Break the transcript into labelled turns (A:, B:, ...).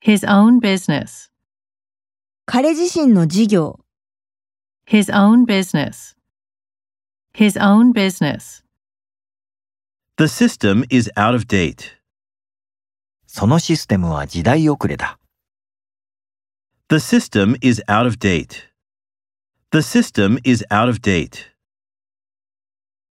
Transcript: A: his own business,
B: 彼自身の事業、
A: his own business, his own business.
C: The system is out of date.
D: そのシステムは時代遅れだ。
C: The system is out of date. The system is out of date.